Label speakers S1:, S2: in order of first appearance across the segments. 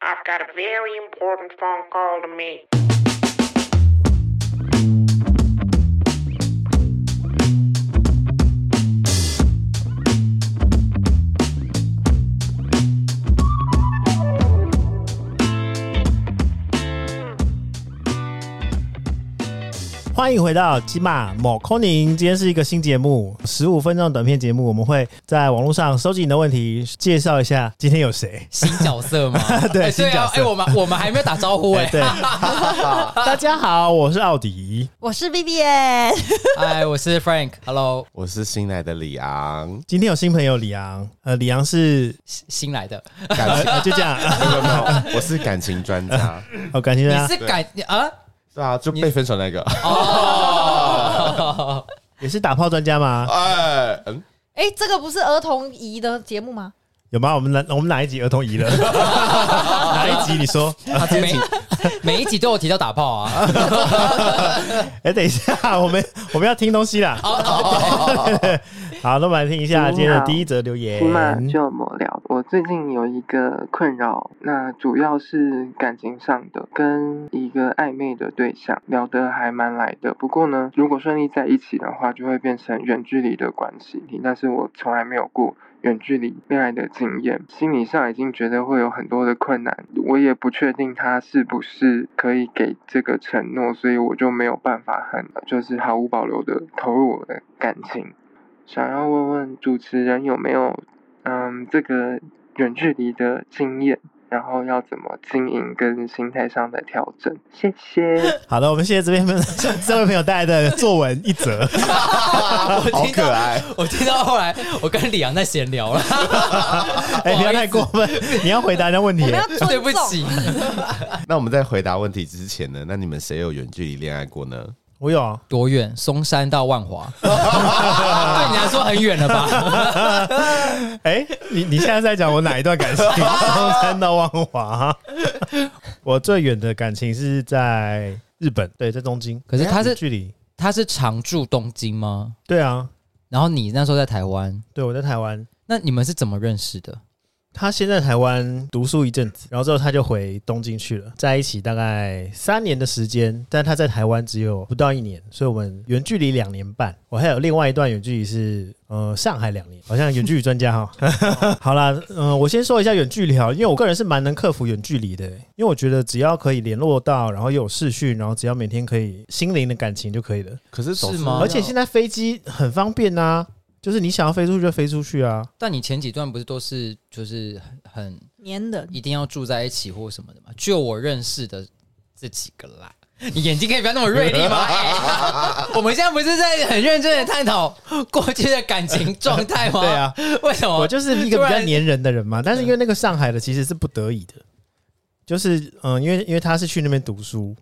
S1: I've got a very important phone call to make.
S2: 欢迎回到吉马某空宁，今天是一个新节目，十五分钟的短片节目，我们会在网络上收集你的问题，介绍一下今天有谁。
S3: 新角色吗？
S2: 对
S3: 哎
S2: 新
S3: 对
S2: 角
S3: 啊，
S2: 色
S3: 哎，我们我们还没有打招呼哎
S2: 哎， 对，大家好，我是奥迪。，
S4: 我是 Vivian，
S3: 哎，我是 Frank，Hello，
S5: 我是新来的李昂
S2: 今天有新朋友李昂，呃，李昂是
S3: 新新来的，
S5: 感
S2: 呃
S5: 情
S2: 就 这样，
S5: 没有没有，我是感情专家，
S2: 哦，感谢
S3: 你
S2: 大家，
S3: 是感你啊？
S5: 对啊，就被分手那个，
S3: 哦，
S2: 也是打炮专家吗？
S5: 哎，嗯，
S4: 哎、这个不是儿童仪的节 目吗？
S2: 有吗？我们哪我们哪一集儿童仪 了？哪一集？你说？
S3: 啊每每一集都有提到打炮 啊，
S2: 哎、等一下，我们我们要听东西啦。哦 好，那我们来听一下今天的第一则留言
S6: 起。码就抹聊。我最近有一个困扰，那主要是感情上的，跟一个暧昧的对象聊得还蛮来的。不过呢，如果顺利在一起的话，就会变成远距离的关系，但是我从来没有过。远距离恋爱的经验，心理上已经觉得会有很多的困难，我也不确定他是不是可以给这个承诺，所以我就没有办法很就是毫无保留的投入我的感情。想要问问主持人有没有嗯这个远距离的经验，然后要怎么经营跟心态上的调整？谢谢。
S2: 好的，我们谢谢这边 这位朋友带来的作文一则。啊
S3: 我
S5: 好
S3: 听
S5: 可
S3: 到
S5: 爱，
S3: 我听到后来，我跟李阳在闲聊了，
S2: 哎、不要太过分，你要回答人家问题
S4: 我们。要尊重，
S3: 哦对不起，
S5: 那我们在回答问题之前呢，那你们谁有远距离恋爱过呢？
S2: 我有，
S3: 多远？松山到万 华，对你来说很远了吧？
S2: 哎、你你现在在讲我哪一段感情？从山到万华。啊 我最远的感情是在日本，对，在东京。哎
S3: 可是他是
S2: 距离，
S3: 他是常驻东京吗？
S2: 对啊，
S3: 然后你那时候在台湾，
S2: 对，我在台湾。
S3: 那你们是怎么认识的？
S2: 他先在台湾读书一阵子，然后之后他就回东京去了，在一起大概三年的时间，但他在台湾只有不到一年，所以我们远距离两年半。我还有另外一段远距离是呃上海两年，好像远距离专家哈、 好啦，嗯、我先说一下远距离哈，因为我个人是蛮能克服远距离的，欸因为我觉得只要可以联络到，然后又有视讯，然后只要每天可以心灵的感情就可以了。
S5: 可是总
S3: 是吗
S2: 而且现在飞机很方便呐、就是你想要飞出去就飞出去啊。
S3: 但你前几段不是都是就是很很
S4: 粘人，
S3: 一定要住在一起或什么的嘛？就我认识的这几个啦，你眼睛可以不要那么锐利 吗？哎我们现在不是在很认真的探讨 过去的感情状态吗？
S2: 对，啊，
S3: 为什么？
S2: 我就是一个比
S3: 哦突
S2: 较
S3: 然
S2: 粘人的人嘛，但是因为那个上海的其实是不得已的，就是嗯，因为因为他是去那边读书，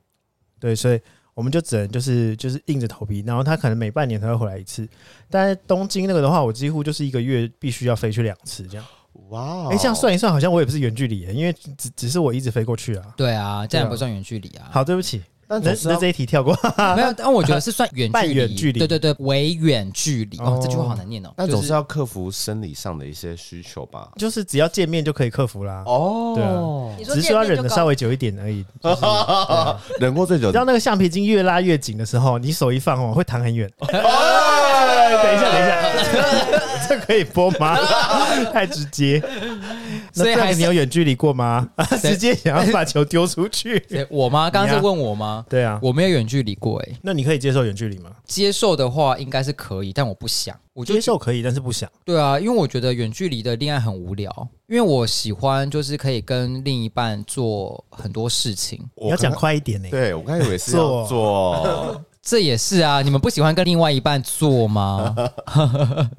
S2: 对，所以我们就只能就是就是硬着头皮，然后他可能每半年才会回来一次，但是东京那个的话，我几乎就是一个月必须要飞去两次这样。
S5: 哇哦
S2: 哎、这样算一算，好像我也不是远距离耶，因为只只是我一直飞过去啊。
S3: 对啊，这样不算远距离啊。
S2: 好，对不起，那
S5: 但
S2: 那
S5: 总啊是要
S2: 这一题跳过。
S3: 没有，但我觉得是算远距
S2: 半
S3: 离，
S2: 远距离
S3: 对对对，微远距离。哦
S2: 哦，
S3: 这句话好难念哦。
S5: 但
S3: 就
S5: 总是要克服生理上的一些需求吧。
S2: 就是只要见面就可以克服啦，
S5: 哦
S2: 对啊
S4: 你
S2: 只是说要忍的稍
S4: 微
S2: 微久一点而已。
S5: 忍过最久，
S2: 当那个橡皮筋越拉越紧的时候，你手一放哦，会弹很远。哎等一下，等一下， 这可以播 吗？太直接。那
S3: 所以
S2: Frank，
S3: 还是
S2: 你有远距离过吗？ 直接想要把球丢出去。
S3: 对啊我吗？刚刚是问我吗？
S2: 啊对啊，
S3: 我没有远距离过诶，
S2: 那你可以接受远距离吗？
S3: 接受的话应该是可以，但我不想，我就
S2: 接受可以，但是不想。
S3: 对啊，因为我觉得远距离的恋爱很无聊，因为我喜欢就是可以跟另一半做很多事情，
S5: 哎我
S2: 你要讲
S5: 刚刚，
S2: 快一点呢。
S5: 对我刚才以为是
S2: 做
S5: 要做，
S3: 这也是啊。你们不喜欢跟另外一半做吗？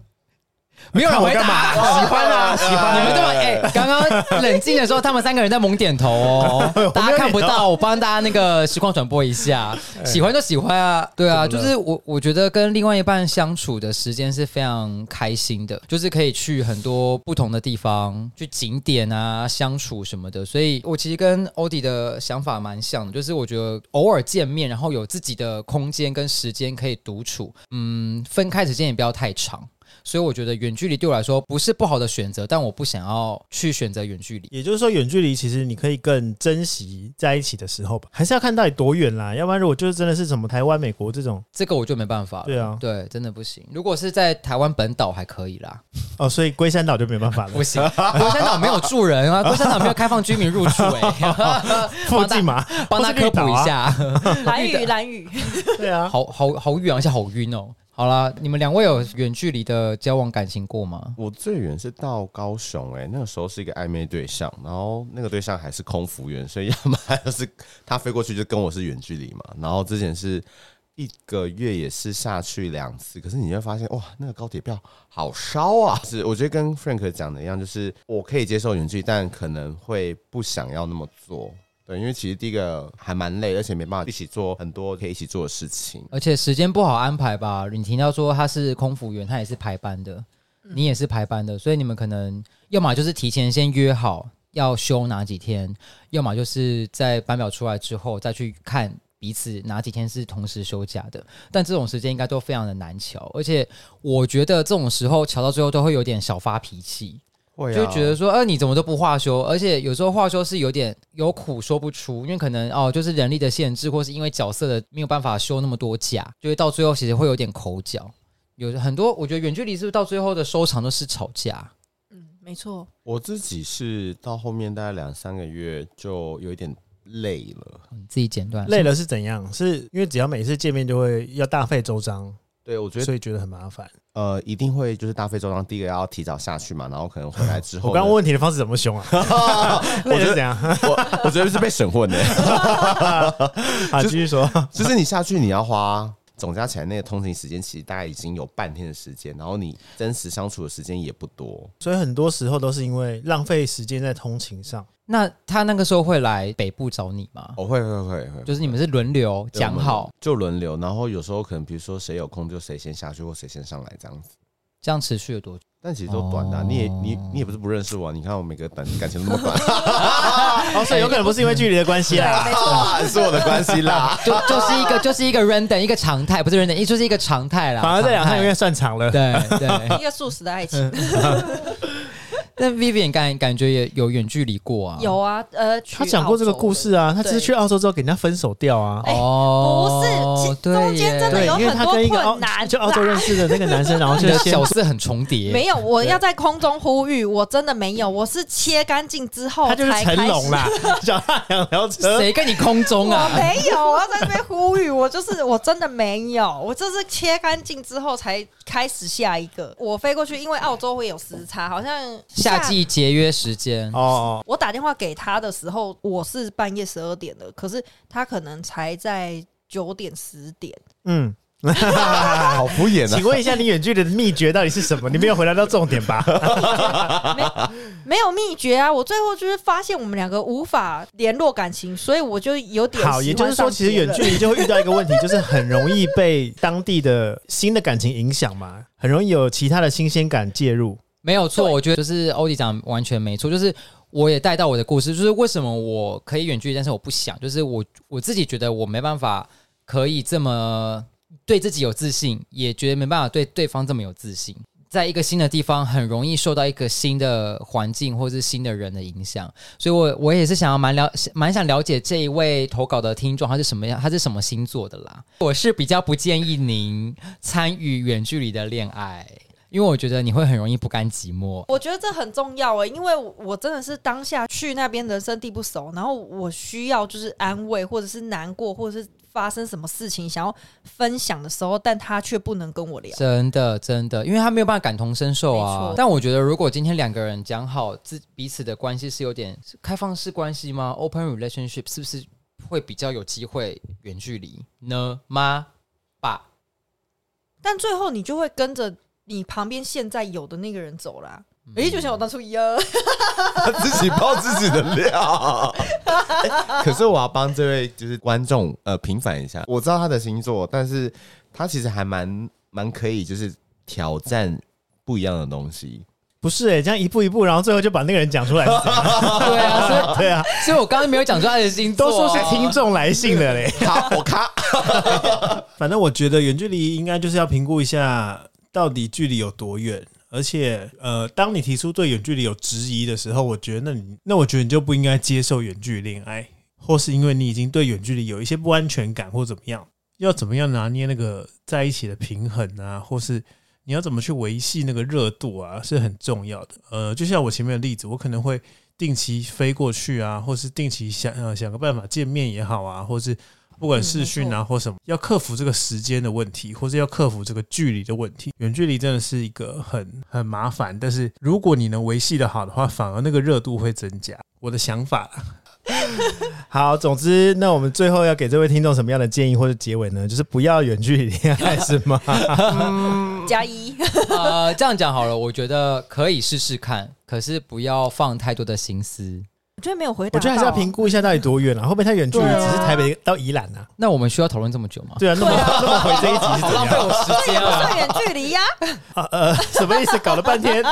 S3: 没有人
S2: 看我
S3: 回
S2: 干嘛？
S3: 答，
S2: 喜欢啊，喜欢啊。
S3: 你们这么哎，刚刚冷静的时候，他们三个人在猛点头 哦，大家看不到，我帮大家那个实况转播一下，喜欢就喜欢啊，对啊，
S2: 怎
S3: 就
S2: 么了
S3: 是我我觉得跟另外一半相处的时间是非常开心的，就是可以去很多不同的地方，去景点啊，相处什么的，所以我其实跟欧迪的想法蛮像的，就是我觉得偶尔见面，然后有自己的空间跟时间可以独处，嗯，分开时间也不要太长。所以我觉得远距离对我来说不是不好的选择，但我不想要去选择远距离。
S2: 也就是说，远距离其实你可以更珍惜在一起的时候吧，还是要看到底多远啦。要不然，如果就是真的是什么台湾、美国这种，
S3: 这个我就没办法了。
S2: 对啊
S3: 对，真的不行。如果是在台湾本岛还可 以啦，
S2: 哦，所以龟山岛就没办法 了
S3: 不。行，龟山岛没有住人啊，龟山岛没有开放居民入住哎、
S2: 附近嘛，
S3: 帮
S2: 或
S3: 他
S2: 是绿
S3: 科普
S2: 岛
S3: 一
S2: 啊。
S3: 下，
S4: 蓝雨蓝雨，
S2: 对啊，
S3: 好好好远，而且好晕哦。好啦，你们两位有远距离的交往感情过吗？
S5: 我最远是到高雄、欸，哎，那个时候是一个暧昧对象，然后那个对象还是空服员，所以要么就是他飞过去就跟我是远距离嘛。 然后之前是一个月也是下去两次，可是你会发现哇，那个高铁票好烧啊！是我觉得跟 Frank 讲的一样，就是我可以接受远距离，但可能会不想要那么做。对，因为其实第一个还蛮累，而且没办法一起做很多可以一起做的事情。
S3: 而且时间不好安排吧？你听到说他是空服员，他也是排班的，你也是排班的，所以你们可能要么就是提前先约好要休哪几天，要么就是在班表出来之后再去看彼此哪几天是同时休假的。但这种时间应该都非常的难瞧，而且我觉得这种时候瞧到最后都会有点小发脾气。
S5: 会
S3: 就
S2: 啊
S3: 觉得说，呃，你怎么都不化休？而且有时候化休是有点有苦说不出，因为可能哦，就是人力的限制，或是因为角色的没有办法休那么多假，就会到最后其实会有点口角。有很多，我觉得远距离是不是到最后的收场都是吵架？
S4: 嗯，没错，
S5: 我自己是到后面大概两三个月就有一点累了。
S3: 哦你自己剪断
S2: 累，了是怎样？是因为只要每次见面就会要大费周章，
S5: 对，我觉得
S2: 所以觉得很麻烦。
S5: 呃，一定会就是大费周章。第一个要提早下去嘛，然后可能回来之后
S2: 我
S5: 呢，
S2: 刚刚问题的方式怎么凶啊？ 累了是怎样？
S5: 我我觉得是被审混的，
S2: 啊好，继续说。
S5: 就是你下去你要花总加起来那个通勤时间，其实大概已经有半天的时间，然后你真实相处的时间也不多。
S2: 所以很多时候都是因为浪费时间在通勤 上。
S3: 那他那个时候会来北部找你吗？
S5: 哦，会会会会，
S3: 就是你们是轮流
S5: 对我
S3: 讲
S5: 们
S3: 好，
S5: 就轮流，然后有时候可能比如说谁有空就谁先下去或谁先上来这样子。
S3: 这样持续了多久？
S5: 但其实都短的啊、你也你你也不是不认识我啊、你看我每个感感情都那么短，
S4: 哎
S2: 哦，所以有可能不是因为距离的关系啦。
S5: 啊是我的关系啦。
S3: 就就是一个就是一个 random 一个常态，不是 random，就是一个常态啦。
S2: 反而这两
S3: 常
S2: 三
S3: 态
S2: 个月算长了。
S4: 啊
S3: 对对，
S4: 一个素食的爱情。
S2: 嗯
S3: 但 Vivian 感感觉也有远距离过啊，
S4: 有啊，呃，去
S2: 他讲过这个故事啊，他只是去澳洲之后给人家分手掉啊。
S4: 哎
S3: 哦，
S4: 不是其中间真的
S2: 对，
S4: 哎有
S2: 因为他
S4: 很多
S2: 跟一个澳哦
S4: 困难
S2: 就澳洲认识的那个男生，然后
S3: 你
S2: 就
S3: 的
S2: 先
S3: 角色很重叠，
S4: 澳洲。没有，我要在空中呼吁，我真的没有，我是切干净之后
S2: 他
S4: 才
S2: 就是
S4: 开
S2: 成
S4: 始
S2: 龙啦， 脚踏两条车。
S3: 谁跟你空中
S4: 我
S3: 啊？
S4: 没有，我要在这边呼吁， 我就是我真的没有，我这是切干净之后才开始下一个。我飞过去，因为澳洲会有时差，好像
S3: 夏。季节约时间
S2: 哦，哦，
S4: 我打电话给他的时候，我是半夜十二点的，可是他可能才在九点十点。
S2: 嗯，
S5: 好敷衍啊！
S2: 请问一下，你远距离的秘诀到底是什么？你没有回答到重点吧？
S4: 没有秘诀啊！我最后就是发现我们两个无法联络感情，所以我就有点
S2: 好，也就是说，其实远距离就会遇到一个问题，就是很容易被当地的新的感情影响嘛，很容易有其他的新鲜感介入。
S3: 没有错，我觉得就是欧弟讲完全没错，就是。我也带到我的故事，就是为什么我可以远距离，但是我不想，就是我我自己觉得我没办法可以这么对自己有自信，也觉得没办法对对方这么有自信。在一个新的地方，很容易受到一个新的环境或是新的人的影响，所以我我也是想要蛮了蛮想了解这一位投稿的听众他是什么样，他是什么星座的啦。我是比较不建议您参与远距离的恋爱，因为我觉得你会很容易不甘寂寞。
S4: 我觉得这很重要哎、因为我我真的是当下去那边人生地不熟，然后我需要就是安慰，或者是难过，或者是发生什么事情想要分享的时候，但他却不能跟我聊。
S3: 真的，真的，因为他没有办法感同身受
S4: 没
S3: 啊
S4: 错。
S3: 但我觉得，如果今天两个人讲好自彼此的关系是有点是开放式关系吗？Open relationship 是不是会比较有机会远距离呢？妈爸，
S4: 但最后你就会跟着你旁边现在有的那个人走啦。
S2: 嗯
S4: 诶、就像我当初一样，
S5: 自己爆自己的料。欸 可是我要帮这位就是观众呃平反一下，我知道他的星座，但是他其实还蛮蛮可以，就是挑战不一样的东西。
S2: 不是哎、这样一步一步，然后最后就把那个人讲出来。
S3: 对啊，所
S2: 对啊，
S3: 以所以我刚刚没有讲出他的星座
S2: 都
S3: 啊，
S2: 说是听众来信的嘞。
S5: 好，我卡。
S2: 反正我觉得远距离应该就是要评估一下
S7: 到底距离有多远。而且，呃，当你提出对远距离有质疑的时候，我觉得那你那我觉得你就不应该接受远距离恋爱，或是因为你已经对远距离有一些不安全感或怎么样，要怎么样拿捏那个在一起的平衡啊，或是你要怎么去维系那个热度啊，是很重要的。呃，就像我前面的例子，我可能会定期飞过去啊，或是定期想呃想个办法见面也好啊，或是不管视
S2: 嗯
S7: 讯啊或什么，要克服这个时间的问题，或是要克服这个距离的问题。远距离真的是一个很很麻烦，但是如果你能维系的好的话，反而那个热度会增加。我的想法啦，
S2: 好，总之，那我们最后要给这位听众什么样的建议或者结尾呢？就是不要远距离恋爱，是吗？
S4: 加一，
S3: 呃，这样讲好了，我觉得可以试试看，可是不要放太多的心思。
S4: 我觉得没有回答。
S2: 我觉得还是要评。估一下到底多远啊，会不会太远距离，
S4: 对啊
S2: 只是台北到宜兰啊？
S3: 那我们需要讨论这么久吗？
S2: 对啊，那么那么回这一 集是
S3: 好
S2: 怎
S3: 浪费
S2: 样？
S3: 我时间
S4: 不
S3: 啊！
S4: 算远距离呀、
S2: 啊呃，什么意思？搞了半天。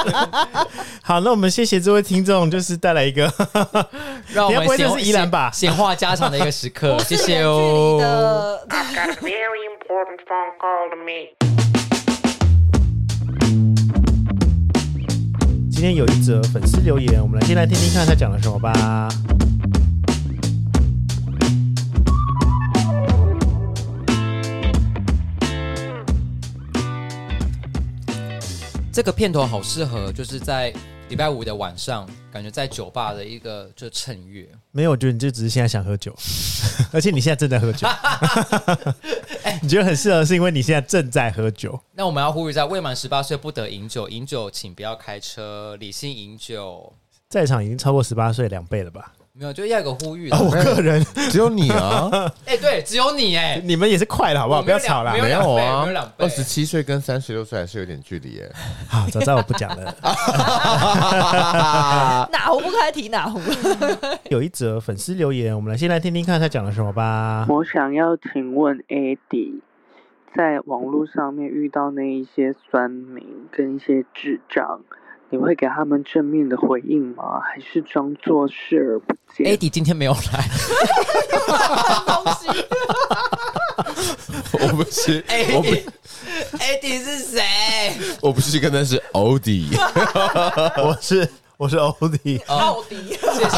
S2: 好，那我们谢谢这位听众，就是带来一个
S3: 让我
S2: 你该
S3: 们
S2: 不会
S3: 闲
S2: 就是宜兰吧
S3: 闲闲话家常的一个时 刻，哦谢谢
S4: 远距离
S3: 哦。
S4: 的
S1: I've got a very important phone call to make.
S2: 今天有一则粉丝留言，我们来先来听听看他讲了什么吧。
S3: 这个片头好适合，就是在礼拜五的晚上，感觉在酒吧的一个就趁月。
S2: 没有，我觉得你就只是现在想喝酒， 而且你现在正在 喝酒。你觉得很适合，是因为你现在正在喝酒。
S3: 那我们要呼吁一下，未满十八岁不得饮酒，饮酒请不要开车，理性饮酒。
S2: 在场已经超过十八岁两倍了吧？
S3: 没有，就要有个呼吁的。
S2: 哦，我个人，
S5: 只有你 啊，
S3: 哎、对，只有你哎、
S2: 你们也是快了，好不好？
S3: 我
S2: 不
S3: 没有
S2: 要吵啦
S3: 两。没
S5: 没
S3: 有两
S5: 有
S3: 倍
S5: 啊
S3: 没有两，倍
S5: 二十七岁跟三十六岁还是有点距离耶。
S2: 好，早知道我不讲了。
S4: 哪壶不开提哪壶。
S2: 有一则粉丝留言，我们来先来听听看他讲了什么吧。
S6: 我想要请问 AD，在网络上面遇到那一些酸民跟一些智障，你会给他们正面的回应吗？还是装作视而不见
S3: a d 今天没有来，
S5: 我不是，
S3: 哎
S5: 我不，
S3: AD 是谁？
S5: 我不是跟他是欧 弟。
S2: 我是我是欧 弟，
S3: 奥迪，哦谢谢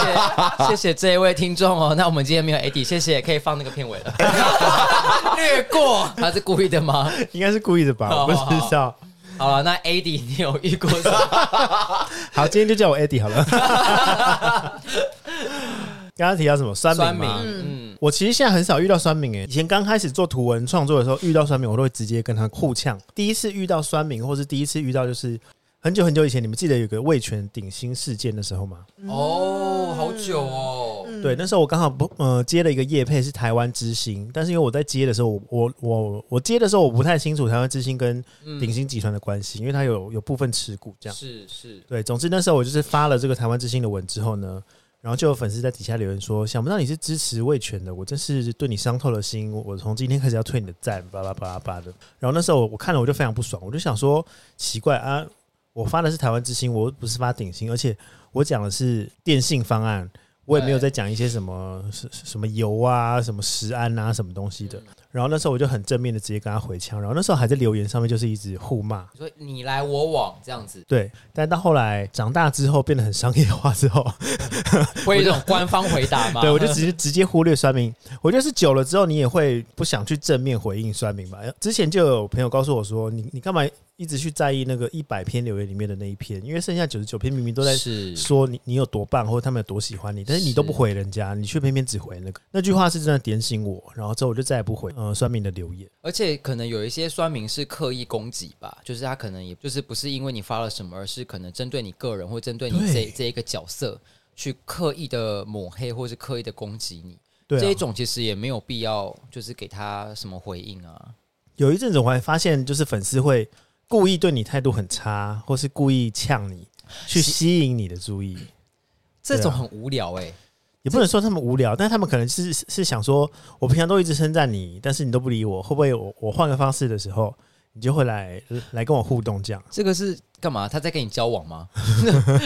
S3: 谢谢这一位听众哦。那我们今天没有 AD，谢谢，可以放那个片尾了， 略过，他是故意的吗？
S2: 应该是故意的吧？我
S3: 好
S2: 不知道。
S3: 好了，那 AD 你有遇过什么？
S2: 好，今天就叫我 Eddie 好 了。刚刚提到什么酸
S3: 酸
S2: 民
S3: 民，
S2: 吗？
S3: 嗯，
S2: 我其实现在很少遇到酸民诶、以前刚开始做图文创作的时候，遇到酸民我都会直接跟他互呛。第一次遇到酸民，或是第一次遇到就是很久很久以前，你们记得有个魏权顶新事件的时候吗？
S3: 哦，好久哦，
S2: 对，那时候我刚好不呃接了一个业配是台湾之星，但是因为我在接的时候，我我我我接的时候我不太清楚台湾之星跟鼎新集团的关系，因为它有有部分持股这样。
S3: 是是，
S2: 对，总之那时候我就是发了这个台湾之星的文之后呢，然后就有粉丝在底下留言说，想不到你是支持魏权的，我真是对你伤透了心，我从今天开始要退你的赞，巴拉巴拉巴拉的。然后那时候我我看了我就非常不爽，我就想说奇怪啊，我发的是台湾之星，我又不是发鼎新，而且我讲的是电信方案。我也没有在讲一些什么什什么油啊、什么食安啊、什么东西的。然后那时候我就很正面的直接跟他回呛，然后那时候还在留言上面就是一直互骂，
S3: 你说你来我往这样子，
S2: 对，但到后来长大之后变得很商业化之
S3: 啊
S2: 后，
S3: 会有一种官方回答吗？
S2: 对我就直接直接忽略酸民。我觉得是久了之后，你也会不想去正面回应酸民吧。之前就有朋友告诉我说，你你干嘛一直去在意那个一百篇留言里面的那一篇？因为剩下九十九篇明明都在
S3: 是
S2: 说你你有多棒，或者他们有多喜欢你，但是你都不回人家，你却偏偏只回那个那句话是真的点醒我，然后之后我就再也不回呃酸民的留言。
S3: 而且可能有一些酸民是刻意攻击吧，就是他可能也就是不是因为你发了什么，而是可能针对你个人或针对你
S2: 对
S3: 这这一个角色去刻意的抹黑或是刻意的攻击你。
S2: 对、啊，
S3: 这一种其实也没有必要，就是给他什么回应啊。
S2: 有一阵子我还发现，就是粉丝会故意对你态度很差，或是故意呛你，去吸引你的注意。
S3: 这种很无聊哎、
S2: 也不能说他们无聊，但他们可能是是是想说，我平常都一直称赞你，但是你都不理我，会不会我我换个方式的时候，你就会来来跟我互动这样？
S3: 这个是干嘛？他在跟你交往吗？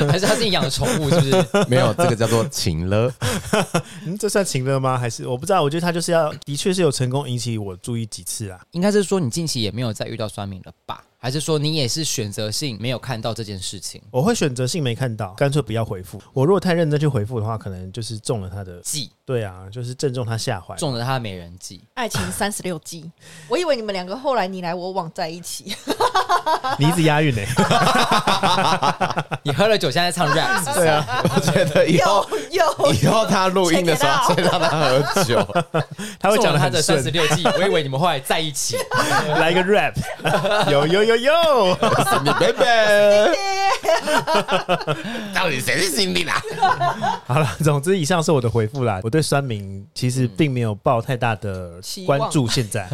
S3: 还是他是你养的宠物？是不是？
S5: 没有，这个叫做情了。
S2: 嗯，这算情了吗？还是我不知道？我觉得他就是要，的确是有成功引起我注意几次啊。
S3: 应该是说你近期也没有再遇到酸民了吧？还是说你也是选择性没有看到这件事情？
S2: 我会选择性没看到，干脆不要回复。我如果太认真去回复的话，可能就是中了他的。
S3: 计
S2: 对啊，就是正中他下怀。
S3: 中了他的美人计，
S4: 爱情三十六计，我以为你们两个后来你来我往在一起，
S2: 你一直押韵欸 呢、
S3: 你喝了酒现在唱 rap，是不是
S2: 对啊，
S5: 我觉得以 后
S4: 有有
S5: 以后他录音的时候，
S4: check
S5: 先让他喝酒。
S2: 他会
S3: 中
S2: 讲的
S3: 了他
S2: 很
S3: 的三十
S2: 顺，
S3: 六计，我以为你们后来在一 起，
S2: 来一个 rap，有 有有有，
S5: 你贝贝，到底谁是心里啦？
S2: 好了，总之以上是我的回复啦。我对酸民其
S3: 嗯
S2: 实并没有抱太大的
S4: 期望
S2: 关注，现 在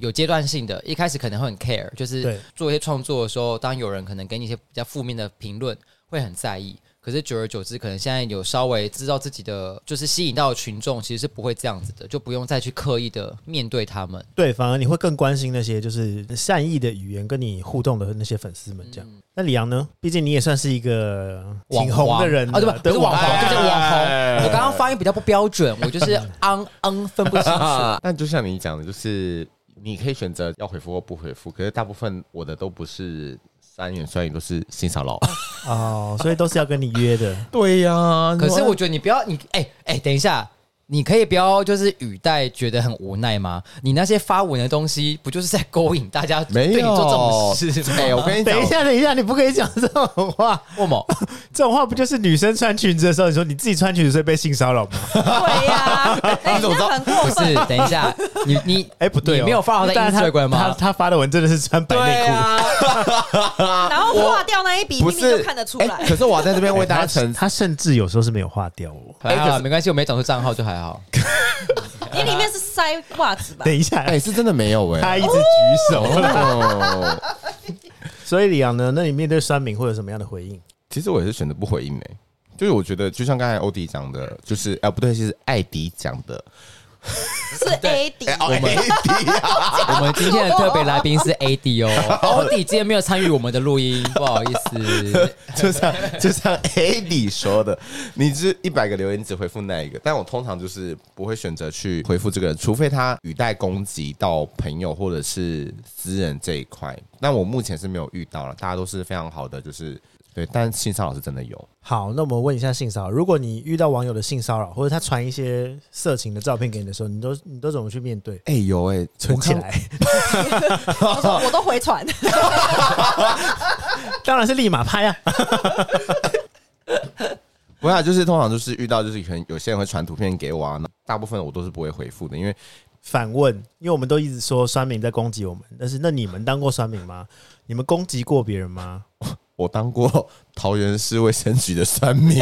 S3: 有阶段性的，一开始可能会很 care，就是
S2: 对
S3: 做一些创作的时候，当有人可能给你一些比较负面的评论，会很在意。可是久而久之，可能现在有稍微知道自己的，就是吸引到的群众，其实是不会这样子的，就不用再去刻意的面对他们。
S2: 对，反而你会更关心那些就是善意的语言跟你互动的那些粉丝们这样。那李阳呢？毕竟你也算是一个
S3: 嗯网
S2: 挺红
S3: 黄
S2: 的人了
S3: 啊，对吧？不是网红，就是网红。
S5: 哎
S3: 我刚刚发音比较不标准，我就是昂昂分不清楚。
S5: 但啊就像你讲的，就是你可以选择要回复或不回复，可是大部分我的都不是三言酸语，都是性骚扰。
S2: 哦，所以都是要跟你约 的。
S5: 对呀、
S3: 可是我觉得你不要，你哎哎、等一下。你可以不要就是语带觉得很无奈吗？你那些发文的东西，不就是在勾引大家对
S5: 没有
S3: 你做这种事
S5: 哎、
S3: 吗？
S5: 我跟你
S2: 等一
S5: 讲，
S2: 下，等一下，你不可以讲 这种话。
S3: 为什么？
S2: 这种话不就是女生穿裙子的时候，你说你自己穿裙子所以被性骚扰 吗？
S4: 对 呀，哎，
S5: 你怎么知道
S4: 那很过
S3: 不是
S4: 分，，
S3: 等一下，你你
S2: 哎、不对、哦，
S3: 你没有发好在
S2: 但是他他
S3: Instagram 吗？
S2: 他发的文真的是穿白内裤、
S3: 啊，
S4: 然后划掉那一笔，
S5: 不
S4: 明明
S5: 是
S4: 就看得出
S5: 哎
S4: 来
S5: 可。是我要在这边为大家澄
S2: 他甚至有时候是没有化掉哦。
S3: 还
S5: 哎
S3: 好
S5: 可
S3: 啦
S5: 是
S3: 没关系，我没讲出账号就还好。
S4: 你里面是塞袜子吧
S2: 等？一下，
S5: 哎、是真的没有哎、
S2: 他一直举手。
S5: 哦，
S2: 所以李阳呢？那你面对酸民会有什么样的回应？
S5: 其实我也是选择不回应哎、就是我觉得，就像刚才欧迪讲的，就是哎、不对，其实艾迪讲的，
S4: 是 A 底，
S3: 哦
S5: 我们艾迪啊，
S3: 我们今天的特别来宾是 AD 哦，AD 今天没有参与我们的录音，不好意思。
S5: 就像就像 AD 说的，你是一百个留言只回复那一个，但我通常就是不会选择去回复这个人，除非他语带攻击到朋友或者是私人这一块。但我目前是没有遇到了，大家都是非常好的，就是对。但性骚扰是真的有，
S2: 好，那我们问一下性骚扰。如果你遇到网友的性骚扰，或者他传一些色情的照片给你的时候，你都你都怎么去面对？
S5: 哎、有哎、
S2: 欸存起来，
S4: 我 说我都回传，
S2: 当然是立马拍啊！
S5: 不要，就是通常就是遇到就是可能有些人会传图片给我啊，那大部分我都是不会回复的，因为
S2: 反问，因为我们都一直说酸民在攻击我们，但是那你们当过酸民吗？你们攻击过别人吗？
S5: 我当过桃园市卫生局的酸民，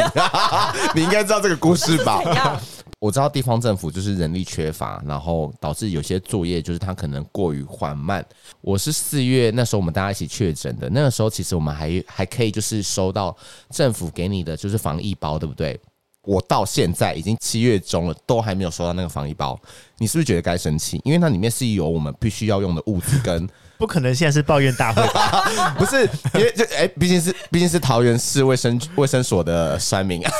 S5: 你应该知道这个故事吧？我知道地方政府就是人力缺乏，然后导致有些作业就是它可能过于缓慢。我是四月那时候我们大家一起确诊的，那个时候其实我们还还可以就是收到政府给你的就是防疫包，对不对？我到现在已经七月中了，都还没有收到那个防疫包，你是不是觉得该生气？因为它里面是有我们必须要用的物资跟
S2: 不可能，现在是抱怨大会吧。
S5: 不是，因为就哎，毕、竟是毕竟是桃园市卫生卫生所的酸民 啊，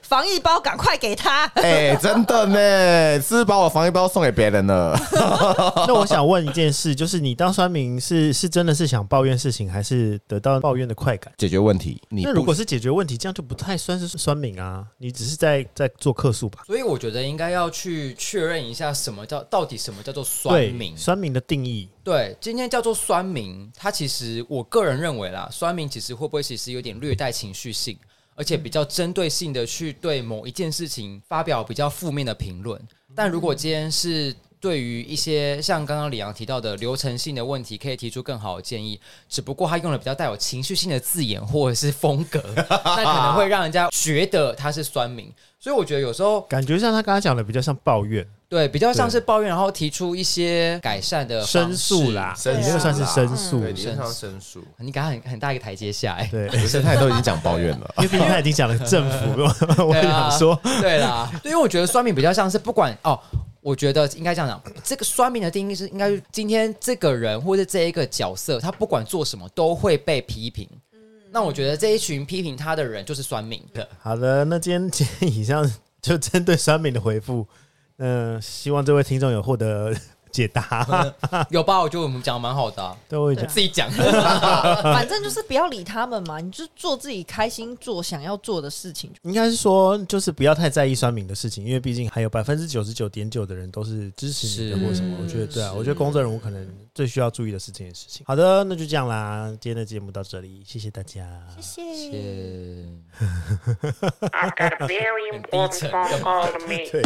S4: 防疫包赶快给他。
S5: 哎、真的呢，是不是把我防疫包送给别人了。
S2: 那我想问一件事，就是你当酸民是是真的是想抱怨事情，还是得到抱怨的快感？
S5: 解决问题，你
S2: 那如
S5: 不
S2: 果是解决问题，这样就不太算是酸民啊，你只是在在做客诉吧？
S3: 所以我觉得应该要去确认一下，什么叫到底什么叫做酸
S2: 对，
S3: 民？
S2: 酸民的定义，
S3: 对，今天叫做酸民，它其实我个人认为啦，酸民其实会不会其实有点略带情绪性，而且比较针对性的去对某一件事情发表比较负面的评论。
S2: 嗯
S3: 但如果今天是对于一些像刚刚李阳提到的流程性的问题，可以提出更好的建议，只不过他用了比较带有情绪性的字眼或者是风 格，那可能会让人家觉得他是酸民。所以我觉得有时候
S2: 感觉像他刚才讲的比较像抱怨、
S3: 对比较像
S2: 对
S3: 是抱怨，然后提出一些改善的
S2: 申
S3: 方
S2: 诉
S3: 式
S2: 啦，
S5: 申
S2: 你
S5: 诉
S2: 那个算是
S5: 啦
S2: 申诉，
S5: 对，理
S3: 你论
S5: 论上
S3: 上
S5: 申诉，
S3: 你给他很很大一个台阶下、欸，
S2: 对。
S5: 不是他也都已经讲抱怨了。
S2: 因为毕竟他已经讲了政府，我 我想说，
S3: 对啊啦，对，因为我觉得酸民比较像是不管哦。我觉得应该这样讲，这个酸民的定义是，应该是今天这个人或者这一个角色，他不管做什么都会被批评。那我觉得这一群批评他的人就是酸民的。
S2: 好的，那今天建议以上就针对酸敏的回复，嗯、希望这位听众有获得解
S3: 啊
S2: 答。
S3: 有吧？我觉得我们讲得蛮好的啊、
S2: 对，我也觉得
S3: 自己讲。
S4: 反正就是不要理他们嘛，你就做自己开心做想要做的事情。
S2: 应该是说，就是不要太在意酸敏的事情，因为毕竟还有百分之九十九点九的人都是支持你的
S3: 是
S2: 或什么。我觉得对啊，
S3: 是
S2: 我觉得公众人物可能最需要注意的是这件事情。好的，那就这样啦，今天的节目到这里，谢谢大家。
S4: 谢谢。
S3: 呃
S1: I've got a very important
S3: Peter.
S1: phone call to make.
S2: 对，